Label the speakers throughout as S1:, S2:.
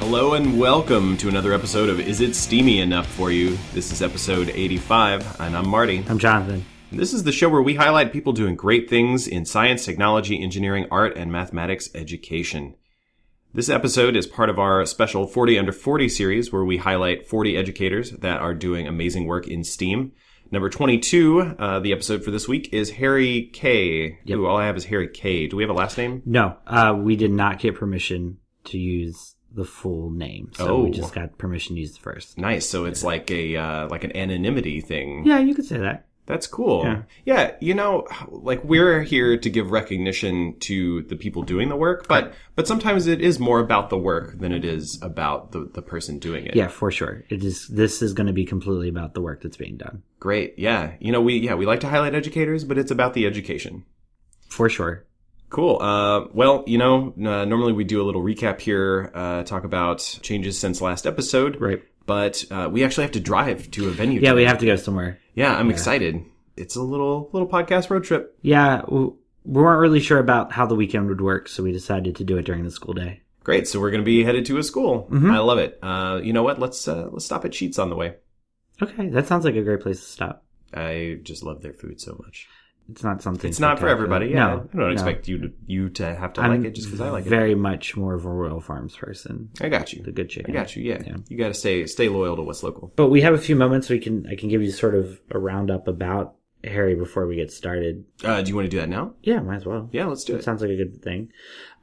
S1: Hello and welcome to another episode of Is It Steamy Enough For You? This is episode 85, and I'm Marty.
S2: I'm Jonathan.
S1: And this is the show where we highlight people doing great things in science, technology, engineering, art, and mathematics education. This episode is part of our special 40 Under 40 series where we highlight 40 educators that are doing amazing work in STEAM. Number 22, uh, the episode for this week is Harry K. Ooh, all I have is Harry K. Do we have a last name?
S2: No, uh, we did not get permission to use the full name, so
S1: Oh.
S2: we just got permission to use the first.
S1: Nice. So it's like a uh, like an anonymity thing.
S2: Yeah, you could say that.
S1: That's cool. Yeah.
S2: Yeah.
S1: you know, like we're here to give recognition to the people doing the work, but but sometimes it is more about the work than it is about the the person doing it.
S2: Yeah, for sure. It is. This is going to be completely about the work that's being done,
S1: Great. Yeah. You know, we yeah, we like to highlight educators, but it's about the education.
S2: for sure.
S1: Cool. Uh, well, you know, uh, normally we do a little recap here, uh, talk about changes since last episode,
S2: Right.
S1: but uh, we actually have to drive to a venue.
S2: Yeah,
S1: today.
S2: we have to go somewhere.
S1: yeah, I'm excited. It's a little little podcast road trip.
S2: Yeah, w- we weren't really sure about how the weekend would work, so we decided to do it during the school day.
S1: Great. So we're going to be headed to a school.
S2: Mm-hmm.
S1: I love it. Uh, you know what? Let's uh, let's stop at Sheets on the way.
S2: Okay, that sounds like a great place to stop.
S1: I just love their food so much.
S2: It's not something.
S1: It's not for
S2: spectacular.
S1: everybody. Yeah,
S2: no,
S1: I don't
S2: no.
S1: expect you to you to have to
S2: I'm
S1: like it just because I like it.
S2: very much more of a Royal Farms person.
S1: I got you.
S2: The good
S1: I
S2: chicken.
S1: got you. Yeah, you got to stay stay loyal to what's local.
S2: But we have a few moments we can I can give you sort of a roundup about Harry before we get started.
S1: Uh, do you want to do that now?
S2: Yeah, might as well.
S1: Yeah, let's do
S2: That
S1: it.
S2: sounds like a good thing.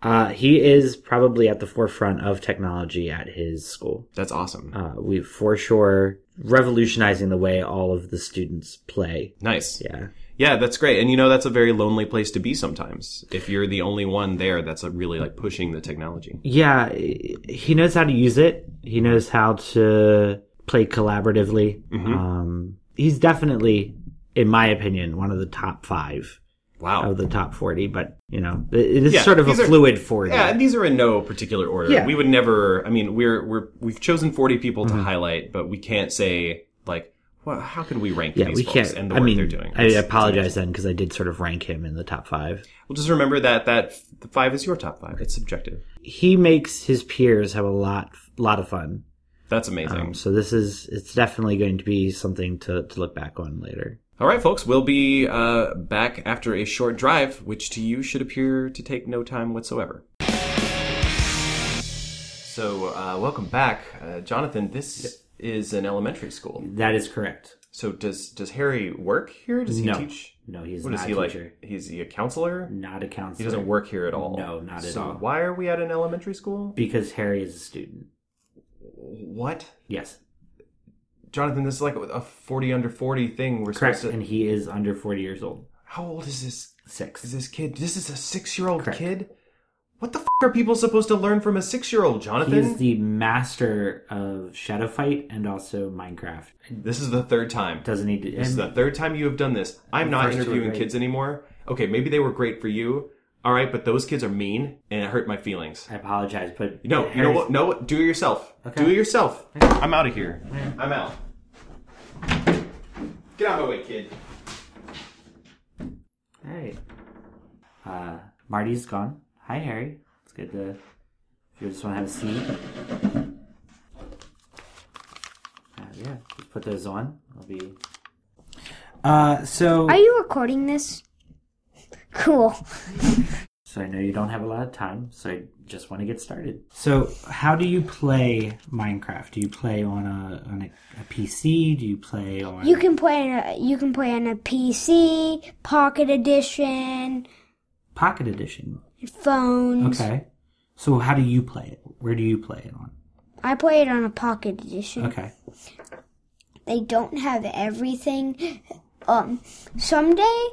S2: Uh, he is probably at the forefront of technology at his school.
S1: That's awesome.
S2: Uh, we for sure revolutionizing the way all of the students play.
S1: Nice.
S2: Yeah,
S1: Yeah, that's great. And you know, that's a very lonely place to be sometimes. If you're the only one there, that's uh really like pushing the technology.
S2: yeah. He knows how to use it. He knows how to play collaboratively. Um, he's definitely, in my opinion, one of the top five
S1: Wow.
S2: of the top 40, but you know, it it is
S1: Yeah,
S2: sort of a
S1: these are-
S2: fluid 40.
S1: Yeah, and these are in no particular order.
S2: Yeah. Mm-hmm.
S1: We would never. I mean, we're we're we've chosen forty people to highlight, but we can't say like, well, how can we rank
S2: Yeah,
S1: these
S2: we
S1: folks
S2: can't.
S1: and the
S2: I
S1: work
S2: mean,
S1: they're doing?
S2: I
S1: It's-
S2: apologize then because I did sort of rank him in the top five.
S1: Well, just remember that that f- the five is your top five. It's subjective.
S2: He makes his peers have a lot, lot of fun.
S1: That's amazing.
S2: Um, so this is, it's definitely going to be something to, to look back on later.
S1: All right, folks, we'll be uh, back after a short drive, which to you should appear to take no time whatsoever. So, uh, welcome back, uh, Jonathan. This is an elementary school.
S2: That is correct.
S1: So, does does Harry work here? Does he
S2: No.
S1: teach?
S2: No, he's
S1: What is he like? He's he a counselor?
S2: not a counselor.
S1: He doesn't work here at all.
S2: No, not at
S1: so
S2: all.
S1: Why are we at an elementary school?
S2: because Harry is a student.
S1: What,
S2: Yes,
S1: Jonathan? This is like a forty under forty thing. We're supposed to.
S2: he is under 40 years old.
S1: How old is this?
S2: Six.
S1: Is this kid? This is a six-year-old
S2: Correct.
S1: kid. What the f- are people supposed to learn from a six-year-old, Jonathan?
S3: He's the master of Shadow Fight and also Minecraft.
S1: This is the third time.
S3: Doesn't need to.
S1: This is
S3: and
S1: the third time you have done this. I'm not
S3: first two were
S1: interviewing
S3: great.
S1: kids anymore. Okay, maybe they were great for you. All right, but those kids are mean, and it hurt my feelings.
S3: I apologize, but
S1: No, you know
S3: Harry's-
S1: what? No, what? do it yourself.
S3: Okay.
S1: Do it yourself. I'm out of here. I'm out. Get out of my way, kid.
S3: All right. Uh, Marty's gone. Hi, Harry. It's good to. If you just want to have a seat. Uh, yeah, just put those on. I'll be. Uh, so.
S4: Are you recording this? Cool.
S3: So I know you don't have a lot of time, so I just want to get started. So, how do you play Minecraft? Do you play on a on a, a PC? Do you play on
S4: You can play in a you can play on a PC, Pocket Edition,
S3: Pocket Edition?
S4: phones.
S3: Okay. So, how do you play it? Where do you play it on?
S4: I play it on a Pocket Edition.
S3: Okay.
S4: They don't have everything. Um, someday,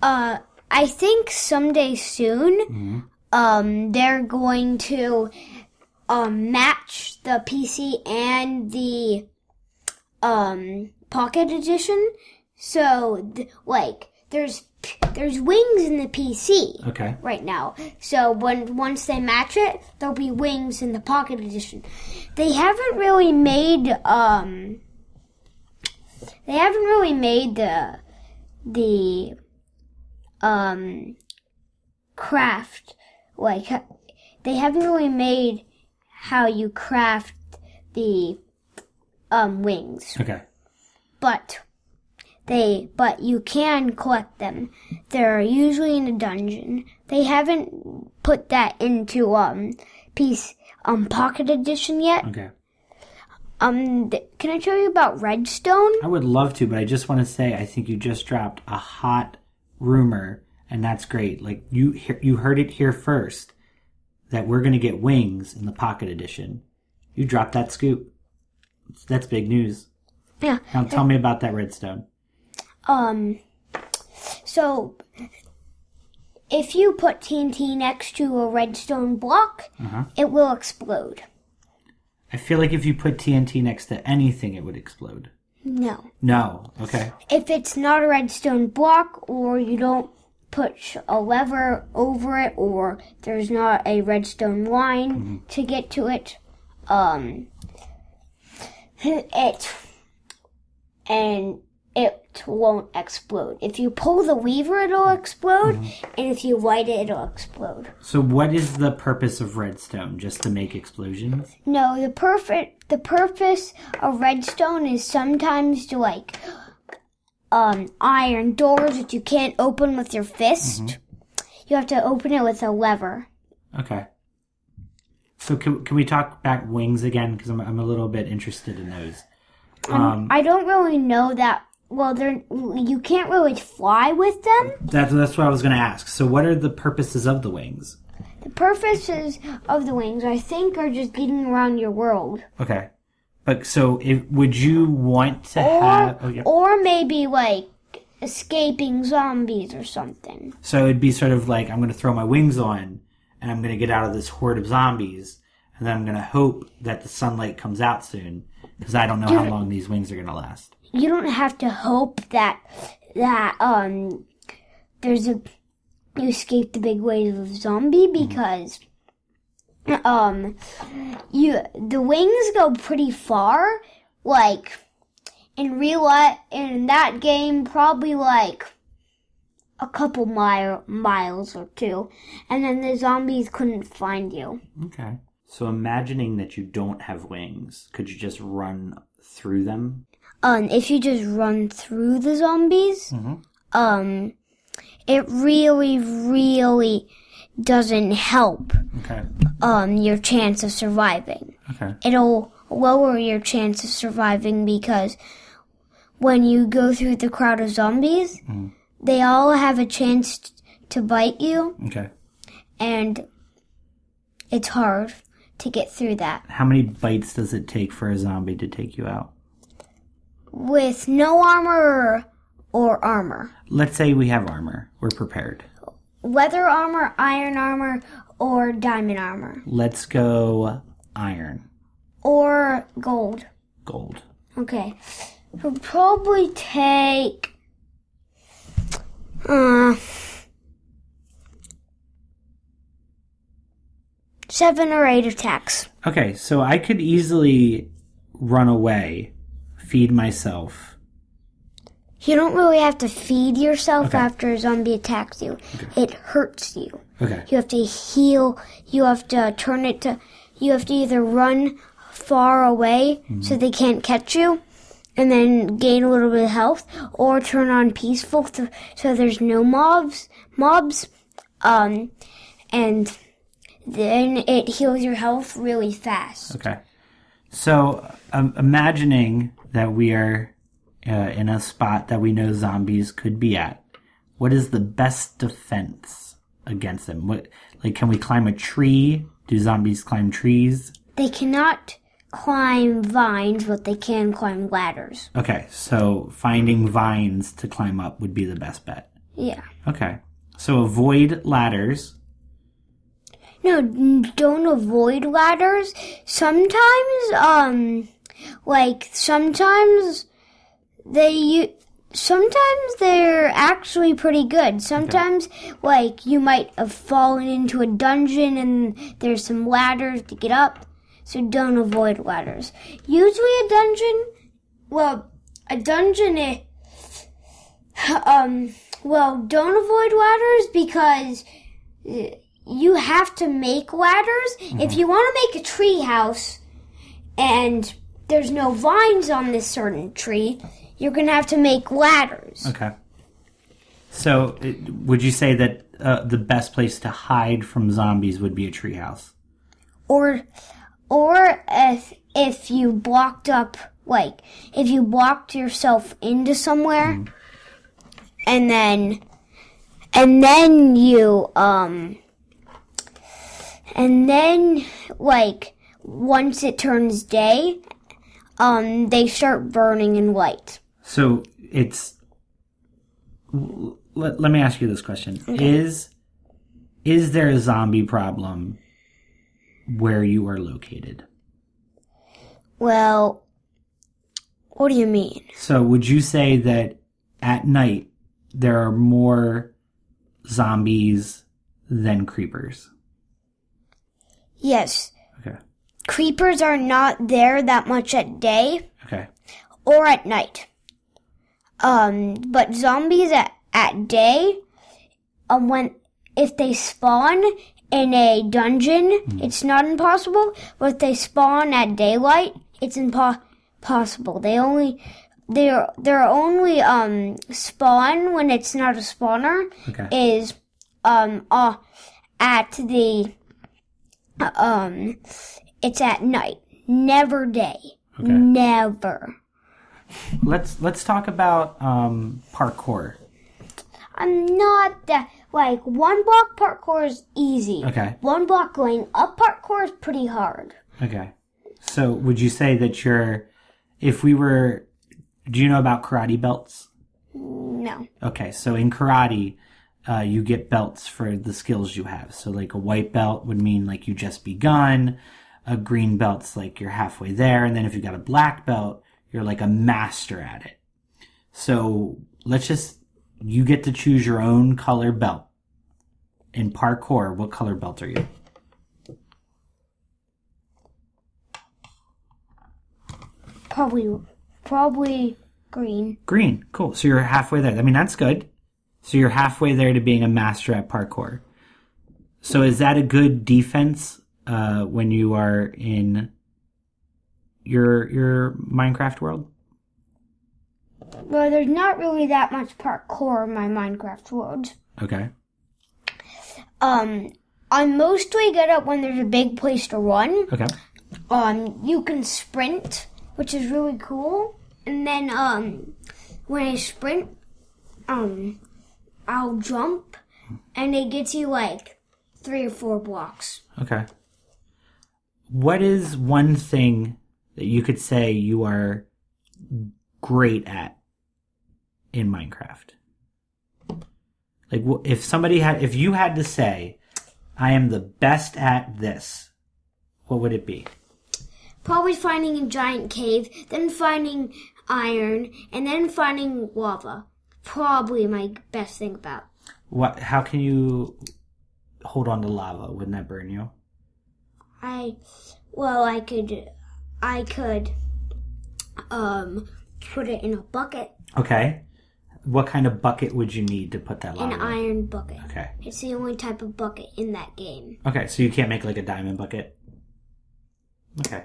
S4: uh, I think someday soon, um, they're going to um match the PC and the um Pocket Edition. So th- like, there's there's wings in the PC.
S3: Okay.
S4: right now. So when once they match it, there'll be wings in the pocket edition. They haven't really made um they haven't really made the the um craft like they haven't really made how you craft the um wings.
S2: Okay.
S4: But they but you can collect them. They're usually in a dungeon. They haven't put that into um piece um pocket edition yet.
S2: Okay.
S4: Um th- can I tell you about redstone?
S2: I would love to, but I just want to say I think you just dropped a hot rumor, and that's great. Like you he- you heard it here first that we're going to get wings in the pocket edition. You dropped that scoop. That's big news.
S4: Yeah.
S2: Now tell me about that redstone.
S4: Um, so if you put TNT next to a redstone block, it will explode.
S2: I feel like if you put TNT next to anything, it would explode.
S4: No.
S2: No. Okay.
S4: If it's not a redstone block or you don't push a lever over it or there's not a redstone line to get to it, um, it and it won't explode. If you pull the lever, it'll explode, and if you light it, it'll explode.
S2: So what is the purpose of redstone? Just to make explosions?
S4: No, the perfect the purpose of redstone is sometimes to like um iron doors that you can't open with your fist.
S2: Mm-hmm.
S4: You have to open it with a lever.
S2: Okay. So can, can we talk back wings again? Because I'm, I'm a little bit interested in those. Um,
S4: I don't really know that well they're you can't really fly with them.
S2: that's that's what I was going to ask. So what are the purposes of the wings?
S4: The purposes of the wings I think are just getting around your world.
S2: Okay. But so if, would you want to
S4: Or
S2: have? Oh, yeah.
S4: or maybe like escaping zombies or something.
S2: So it'd be sort of like I'm going to throw my wings on and I'm going to get out of this horde of zombies, and then I'm going to hope that the sunlight comes out soon because I don't know how long these wings are going to last.
S4: you don't have to hope that that um there's a you escape the big wave of zombie because um you the wings go pretty far like in real life in that game probably like a couple mile miles or two and then the zombies couldn't find you
S2: Okay. So imagining that you don't have wings, could you just run through them?
S4: um, if you just run through the zombies, um, it really, really doesn't help
S2: Okay.
S4: um, your chance of surviving.
S2: Okay.
S4: It'll lower your chance of surviving because when you go through the crowd of zombies, they all have a chance t- to bite you,
S2: Okay.
S4: and it's hard to get through that.
S2: How many bites does it take for a zombie to take you out?
S4: With no armor or, or armor.
S2: Let's say we have armor. We're prepared.
S4: leather armor, iron armor, or diamond armor,
S2: Let's go iron,
S4: or gold.
S2: gold.
S4: Okay, it'll probably take. Uh, seven or eight attacks.
S2: Okay, so I could easily run away, feed myself.
S4: You don't really have to feed yourself
S2: Okay.
S4: after a zombie attacks you. It hurts you.
S2: Okay.
S4: You have to heal. You have to turn it to. You have to either run far away so they can't catch you, and then gain a little bit of health, or turn on peaceful th- so there's no mobs. Mobs, um, and then it heals your health really fast.
S2: Okay. So um, imagining that we are uh, in a spot that we know zombies could be at, what is the best defense against them? What like can we climb a tree? Do zombies climb trees?
S4: They cannot climb vines, but they can climb ladders.
S2: Okay, so finding vines to climb up would be the best bet.
S4: Yeah.
S2: Okay. So avoid ladders.
S4: No, n- don't avoid ladders. Sometimes, um, like sometimes they u- sometimes they're actually pretty good. Sometimes, like you might have fallen into a dungeon and there's some ladders to get up. So don't avoid ladders. Usually, a dungeon, well, a dungeon, it, um, well, don't avoid ladders because you have to make ladders. If you want to make a tree house and there's no vines on this certain tree, you're going to have to make ladders.
S2: Okay. So, it, would you say that uh, the best place to hide from zombies would be a treehouse?
S4: Or or if if you blocked up like if you blocked yourself into somewhere and then and then you um and then like once it turns day um they start burning in light
S2: So, it's. l- Let, let me ask you this question: Is is there a zombie problem where you are located?
S4: well what do you mean
S2: So, would you say that at night there are more zombies than creepers?
S4: yes
S2: Okay.
S4: creepers are not there that much at day
S2: Okay.
S4: or at night. Um, but zombies at, at day, um, when if they spawn in a dungeon, it's not impossible. But if they spawn at daylight, it's impossible. They only their their only um spawn when it's not a spawner
S2: Okay.
S4: is um uh, at the um it's at night, never day,
S2: Okay.
S4: never.
S2: Let's let's talk about um, parkour.
S4: I'm not that like one block parkour is easy.
S2: Okay.
S4: One block going up parkour is pretty hard.
S2: Okay. So, would you say that you're, if we were, do you know about karate belts?
S4: No.
S2: Okay, so in karate, uh, you get belts for the skills you have. So, like a white belt would mean like you just begun. A green belt's like you're halfway there, and then if you got a black belt, you're like a master at it. So let's just you get to choose your own color belt. In parkour, what color belt are you?
S4: Probably probably green.
S2: Green. Cool. So you're halfway there. I mean, that's good. So you're halfway there to being a master at parkour. So is that a good defense uh, when you are in your your Minecraft world?
S4: Well, there's not really that much parkour in my Minecraft world.
S2: Okay.
S4: Um I'm mostly good at when there's a big place to run.
S2: Okay.
S4: Um you can sprint, which is really cool. And then um when I sprint, um I'll jump and it gets you like three or four blocks.
S2: Okay. What is one thing that you could say you are great at in Minecraft? Like, wh- if somebody had, if you had to say, I am the best at this, what would it be?
S4: Probably finding a giant cave, then finding iron, and then finding lava. Probably my best thing about.
S2: What, how can you hold on to lava? Wouldn't that burn you?
S4: I, well, I could, I could, um, put it in a bucket,
S2: Okay. What kind of bucket would you need to put that
S4: an
S2: lava? in?
S4: iron bucket.
S2: Okay.
S4: It's the only type of bucket in that game.
S2: Okay, so you can't make like a diamond bucket. Okay.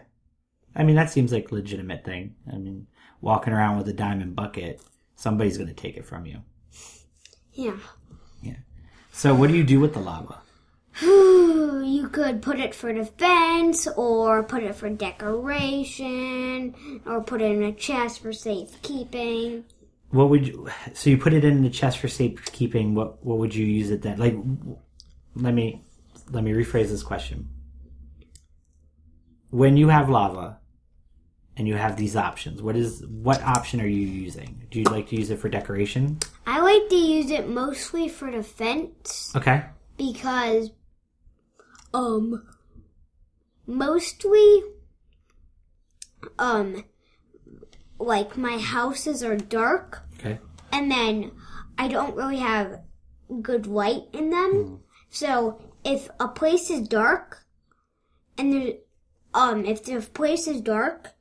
S2: I mean that seems like a legitimate thing. I mean, walking around with a diamond bucket, somebody's gonna take it from you.
S4: Yeah.
S2: So what do you do with the lava?
S4: you could put it for defense, or put it for decoration, or put it in a chest for safekeeping.
S2: What would you so you put it in the chest for safekeeping, what what would you use it then? Like w- let me let me rephrase this question. When you have lava and you have these options, what is what option are you using? Do you like to use it for decoration?
S4: I like to use it mostly for defense
S2: Okay.
S4: because, um, mostly, um, like my houses are dark
S2: Okay.
S4: and then I don't really have good light in them. So if a place is dark, and there's um, if the place is dark,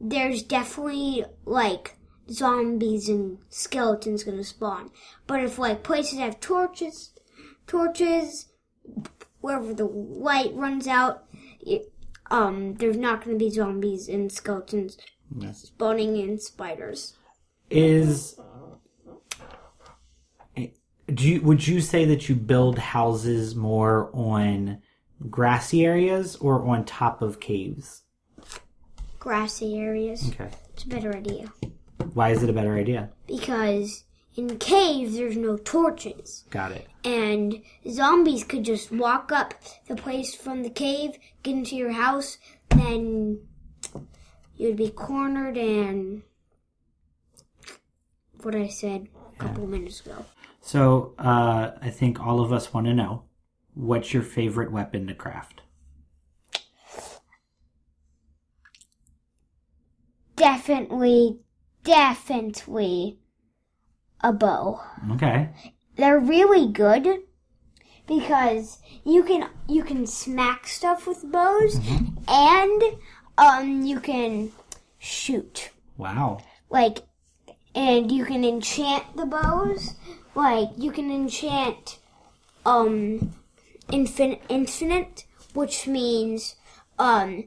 S4: there's definitely like zombies and skeletons gonna spawn. But if like places have torches, torches, wherever the light runs out, it, um, there's not going to be zombies and skeletons spawning in spiders.
S2: Is do you, would you say that you build houses more on grassy areas or on top of caves?
S4: Grassy areas.
S2: Okay.
S4: It's a better idea.
S2: Why is it a better idea?
S4: Because in caves, there's no torches.
S2: Got it.
S4: and zombies could just walk up the place from the cave, get into your house, then you'd be cornered and what I said a couple minutes ago.
S2: So uh, I think all of us want to know what's your favorite weapon to craft?
S4: Definitely, definitely a bow.
S2: Okay.
S4: They're really good because you can you can smack stuff with bows and um you can shoot.
S2: Wow.
S4: like and you can enchant the bows like you can enchant um infinite infinite which means um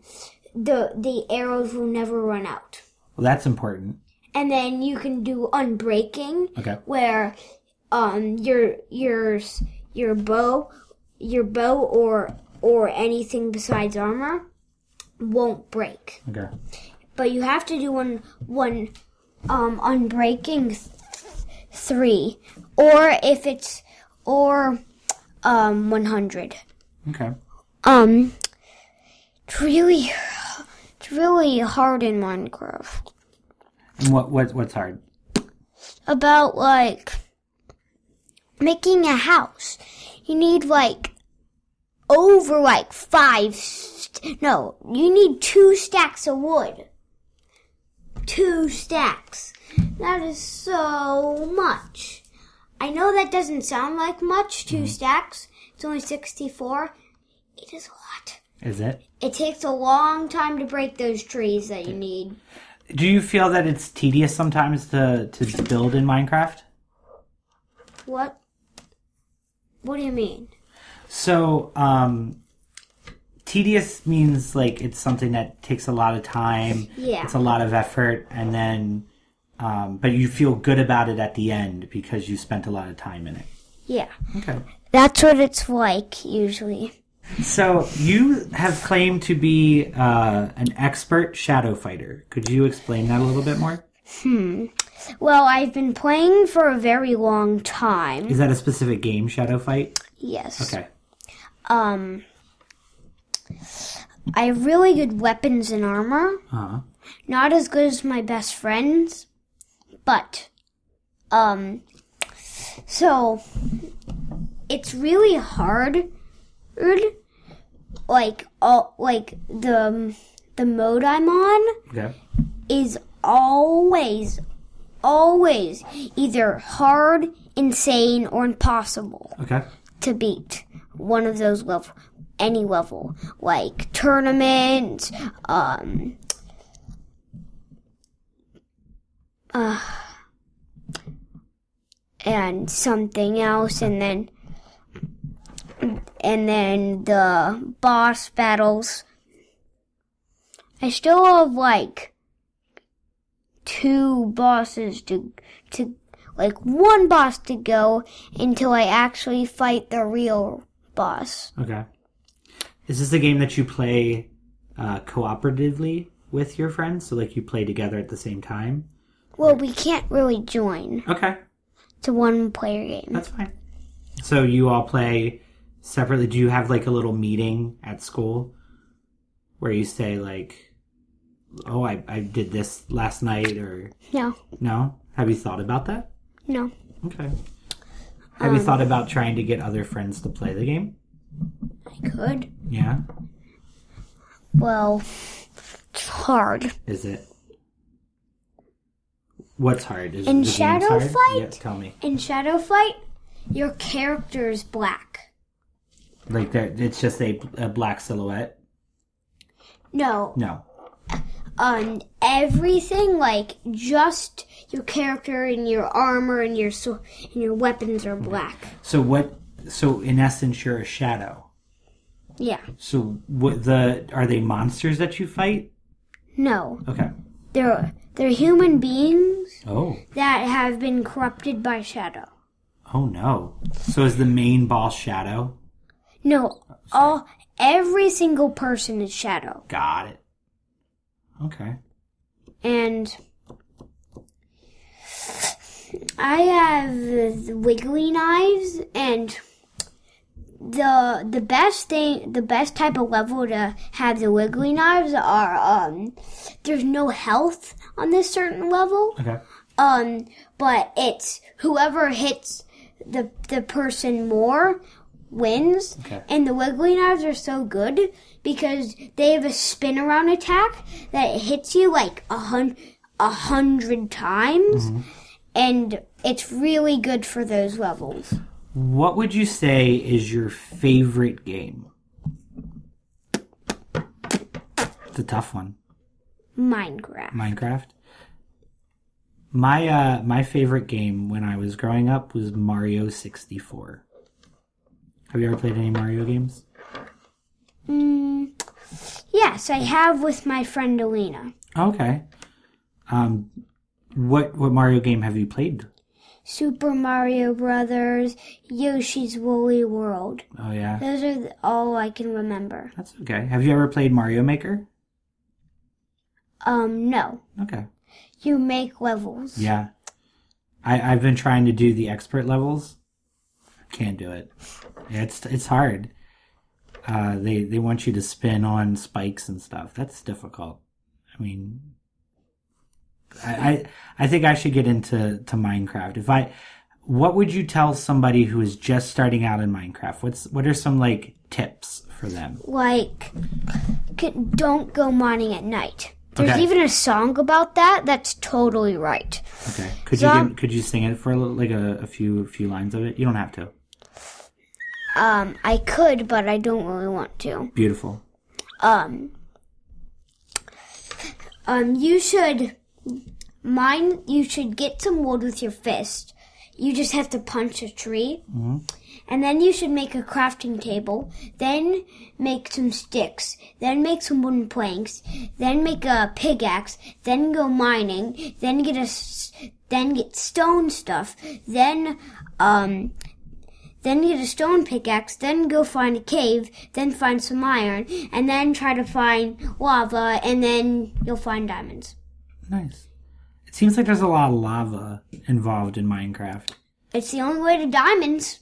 S4: the the arrows will never run out
S2: Well, that's important.
S4: and then you can do unbreaking
S2: Okay.
S4: where um your your your bow your bow or or anything besides armor won't break
S2: Okay.
S4: but you have to do one one um unbreaking th- three or if it's or um 100
S2: Okay.
S4: um it's really it's really hard in minecraft
S2: And what what what's hard?
S4: about like making a house you need like over like five st- no you need two stacks of wood two stacks that is so much i know that doesn't sound like much
S2: Mm-hmm.
S4: 2 stacks it's only 64 it is a lot
S2: Is it?
S4: it takes a long time to break those trees that you need
S2: Do you feel that it's tedious sometimes to to build in Minecraft?
S4: what what do you mean
S2: So, um, tedious means like it's something that takes a lot of time.
S4: Yeah.
S2: It's a lot of effort, and then, um, but you feel good about it at the end because you spent a lot of time in it.
S4: yeah
S2: Okay.
S4: That's what it's like usually.
S2: So you have claimed to be uh, an expert shadow fighter. Could you explain that a little bit more?
S4: Well, I've been playing for a very long time.
S2: Is that a specific game, shadow fight?
S4: Yes.
S2: Okay.
S4: Um I have really good weapons and armor.
S2: Uh-huh.
S4: Not as good as my best friends, but um so it's really hard like all like the the mode I'm on
S2: Okay.
S4: is always, always either hard, insane, or impossible
S2: Okay.
S4: to beat. One of those level, any level, like tournament, um, uh, and something else, and then, and then the boss battles. I still have like two bosses to to like one boss to go until I actually fight the real boss.
S2: Okay. Is this a game that you play uh, cooperatively with your friends? So, like, you play together at the same time?
S4: Well, we can't really join.
S2: Okay,
S4: It's a one player game.
S2: that's fine. So, you all play separately. Do you have, like, a little meeting at school where you say, like, oh, I, I did this last night, or
S4: No,
S2: no? Have you thought about that?
S4: no.
S2: Okay. Have you thought about trying to get other friends to play the game?
S4: I could.
S2: Yeah.
S4: Well, it's hard.
S2: Is it? What's hard? Is
S4: In
S2: the game's
S4: Shadow
S2: hard?
S4: Fight?
S2: Yeah, tell me.
S4: In Shadow Fight, your character is black.
S2: Like there, it's just a, a black silhouette.
S4: No,
S2: No.
S4: on everything, like just your character and your armor and your sw- and your weapons are black.
S2: So what So in essence, you're a shadow.
S4: Yeah.
S2: So what the are they monsters that you fight?
S4: No.
S2: Okay.
S4: They're they're human beings
S2: Oh.
S4: that have been corrupted by shadow.
S2: Oh no. So is the main boss shadow?
S4: No. All every single person is shadow.
S2: Got it. Okay.
S4: And I have the wiggly knives and the the best thing the best type of level to have the wiggly knives are um there's no health on this certain level.
S2: Okay.
S4: Um, but it's whoever hits the the person more wins.
S2: Okay.
S4: And the wiggly knives are so good because they have a spin around attack that it hits you like a hundred a hundred times, and it's really good for those levels.
S2: What would you say is your favorite game? It's a tough one.
S4: Minecraft.
S2: Minecraft. My uh my favorite game when I was growing up was Mario 64. Have you ever played any Mario games?
S4: Mm, yes, I have with my friend Alina.
S2: Okay. Um what what Mario game have you played?
S4: Super Mario Brothers, Yoshi's Woolly World.
S2: Oh yeah.
S4: Those are the- all I can remember.
S2: That's okay. Have you ever played Mario Maker?
S4: Um, no.
S2: Okay.
S4: You make levels.
S2: Yeah. I I've been trying to do the expert levels. Can't do it. It's it's hard. Uh they they want you to spin on spikes and stuff. That's difficult. I mean I I, I think I should get into to Minecraft. If I what would you tell somebody who is just starting out in Minecraft? What's what are some like tips for them?
S4: Like, c- don't go mining at night. There's
S2: Okay.
S4: even a song about that that's totally right.
S2: Okay. Could you
S4: Some-
S2: give, could you sing it for a little, like a, a few few lines of it? You don't have to.
S4: Um, I could, but I don't really want to.
S2: Beautiful.
S4: Um, um, you should mine, you should get some wood with your fist. You just have to punch a tree. And then you should make a crafting table, then make some sticks, then make some wooden planks, then make a pickaxe, then go mining, then get a s- then get stone stuff, then um then get a stone pickaxe, then go find a cave, then find some iron, and then try to find lava, and then you'll find diamonds.
S2: Nice. It seems like there's a lot of lava involved in Minecraft.
S4: It's the only way to diamonds.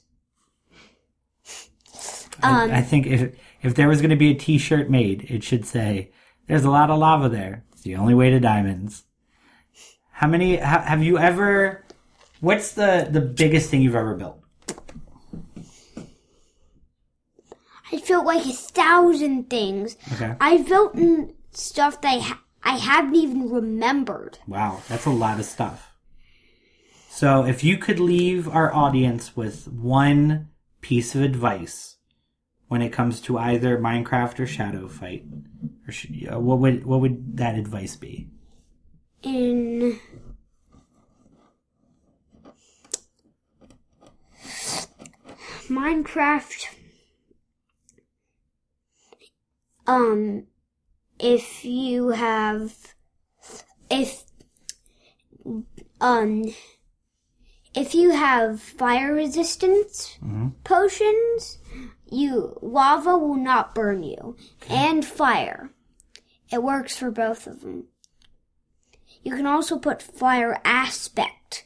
S2: I, I think if if there was going to be a T-shirt made, it should say, "There's a lot of lava there. It's the only way to diamonds." How many ha, have you ever? What's the the biggest thing you've ever built?
S4: I felt like a thousand things.
S2: Okay.
S4: I built in stuff that I, ha- I haven't even remembered.
S2: Wow, that's a lot of stuff. So, if you could leave our audience with one piece of advice when it comes to either Minecraft or Shadow Fight, or sh- uh, what would what would that advice be?
S4: In. Minecraft. Um. If you have. If. Um. If you have fire resistance potions, you lava will not burn you, and fire. It works for both of them. You can also put fire aspect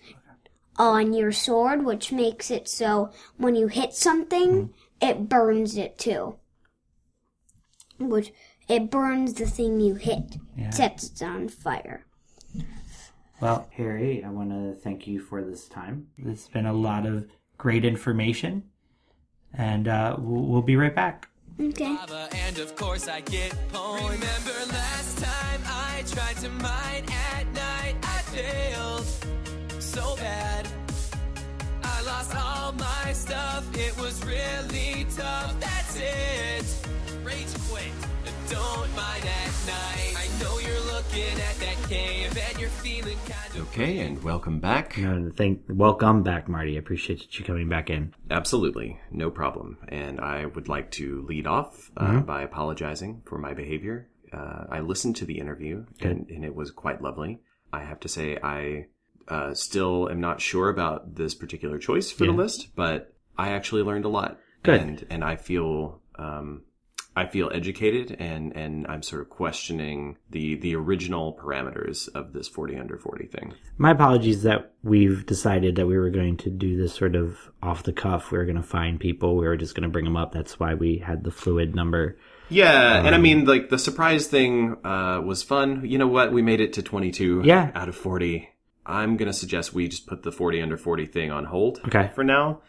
S4: on your sword, which makes it so when you hit something, it burns it too. Which it burns the thing you hit,
S2: Yeah.
S4: sets it on fire.
S2: Well, Harry, I want to thank you for this time. It's been a lot of great information, and uh, we'll, we'll be right back.
S4: Okay.
S5: lava, and of course I get pwned. Remember last time I tried to mine at night? I failed so bad. I lost all my stuff. It was really tough. That's it. Rage quit. Don't mine at night. I know you're looking looking at that cave and you're feeling kind of
S1: Okay, and welcome back.
S2: And thank, welcome back, Marty. I appreciate you coming back in.
S1: Absolutely, no problem. And I would like to lead off uh, by apologizing for my behavior. Uh, I listened to the interview, and, and it was quite lovely. I have to say, I uh, still am not sure about this particular choice for the list, but I actually learned a lot.
S2: Good.
S1: And and I feel um, I feel educated, and and I'm sort of questioning the the original parameters of this forty under forty thing.
S2: My apologies that we've decided that we were going to do this sort of off the cuff. We were going to find people. We were just going to bring them up. That's why we had the fluid number.
S1: Yeah,
S2: Um,
S1: and I mean, like the surprise thing uh, was fun. You know what? We made it to twenty-two.
S2: Yeah.
S1: out of forty. I'm gonna suggest we just put the forty under forty thing on hold.
S2: Okay.
S1: for now.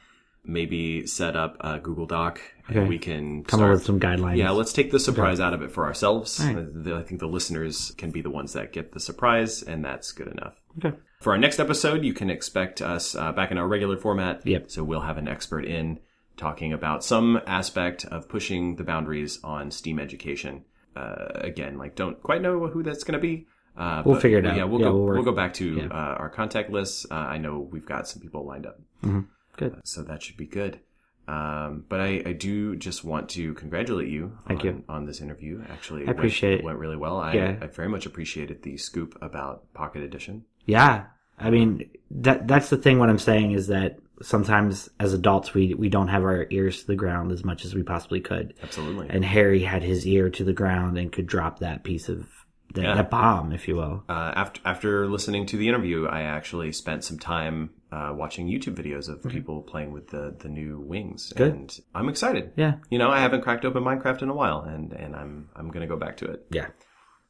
S1: Maybe set up a Google Doc,
S2: Okay.
S1: and we can
S2: Come up
S1: start-
S2: with some guidelines.
S1: Yeah, let's take the surprise out of it for ourselves.
S2: All right.
S1: Uh, the- I think the listeners can be the ones that get the surprise, and that's good enough.
S2: Okay.
S1: For our next episode, you can expect us uh, back in our regular format.
S2: Yep.
S1: So we'll have an expert in talking about some aspect of pushing the boundaries on STEAM education. Uh, again, like don't quite know who that's going to be. Uh,
S2: We'll
S1: but-
S2: figure it
S1: but
S2: out.
S1: Yeah, we'll
S2: Yeah,
S1: go.
S2: we'll
S1: We'll,
S2: work-
S1: go back to
S2: yeah.
S1: uh, our contact lists. Uh, I know we've got some people lined up,
S2: Mm-hmm. Good.
S1: so that should be good. Um, but I, I do just want to congratulate you.
S2: Thank
S1: on,
S2: you.
S1: on this interview. Actually,
S2: I appreciate
S1: went,
S2: it.
S1: went really well. I,
S2: Yeah.
S1: I very much appreciated the scoop about Pocket Edition.
S2: Yeah. I mean, that that's the thing what I'm saying is that sometimes as adults we we don't have our ears to the ground as much as we possibly could.
S1: Absolutely.
S2: And Harry had his ear to the ground and could drop that piece of that,
S1: Yeah.
S2: that bomb, if you will.
S1: uh, after after listening to the interview, I actually spent some time uh, watching YouTube videos of people playing with the the new wings,
S2: Mm-hmm. Good.
S1: and I'm excited.
S2: Yeah.
S1: you know, I haven't cracked open Minecraft in a while, and and I'm I'm gonna go back to it.
S2: Yeah.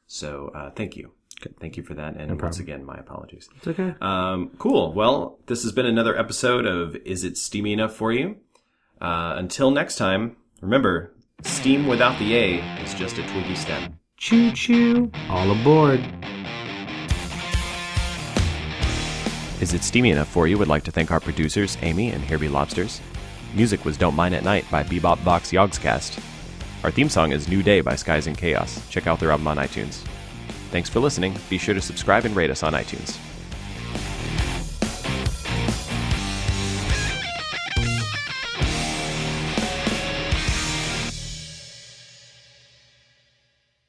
S1: So uh, thank you, thank you for that, and once again, my apologies.
S2: It's okay.
S1: Um, cool. Well, this has been another episode of Is It Steamy Enough for You? Uh, until next time, remember, steam without the A is just a twiggy stem.
S2: Choo choo. All aboard.
S1: Is It Steamy Enough For You would like to thank our producers, Amy and Here Be Lobsters. Music was Don't Mind at Night by Bebop Vox Yogscast. Our theme song is New Day by Skies and Chaos. Check out their album on iTunes. Thanks for listening. Be sure to subscribe and rate us on iTunes.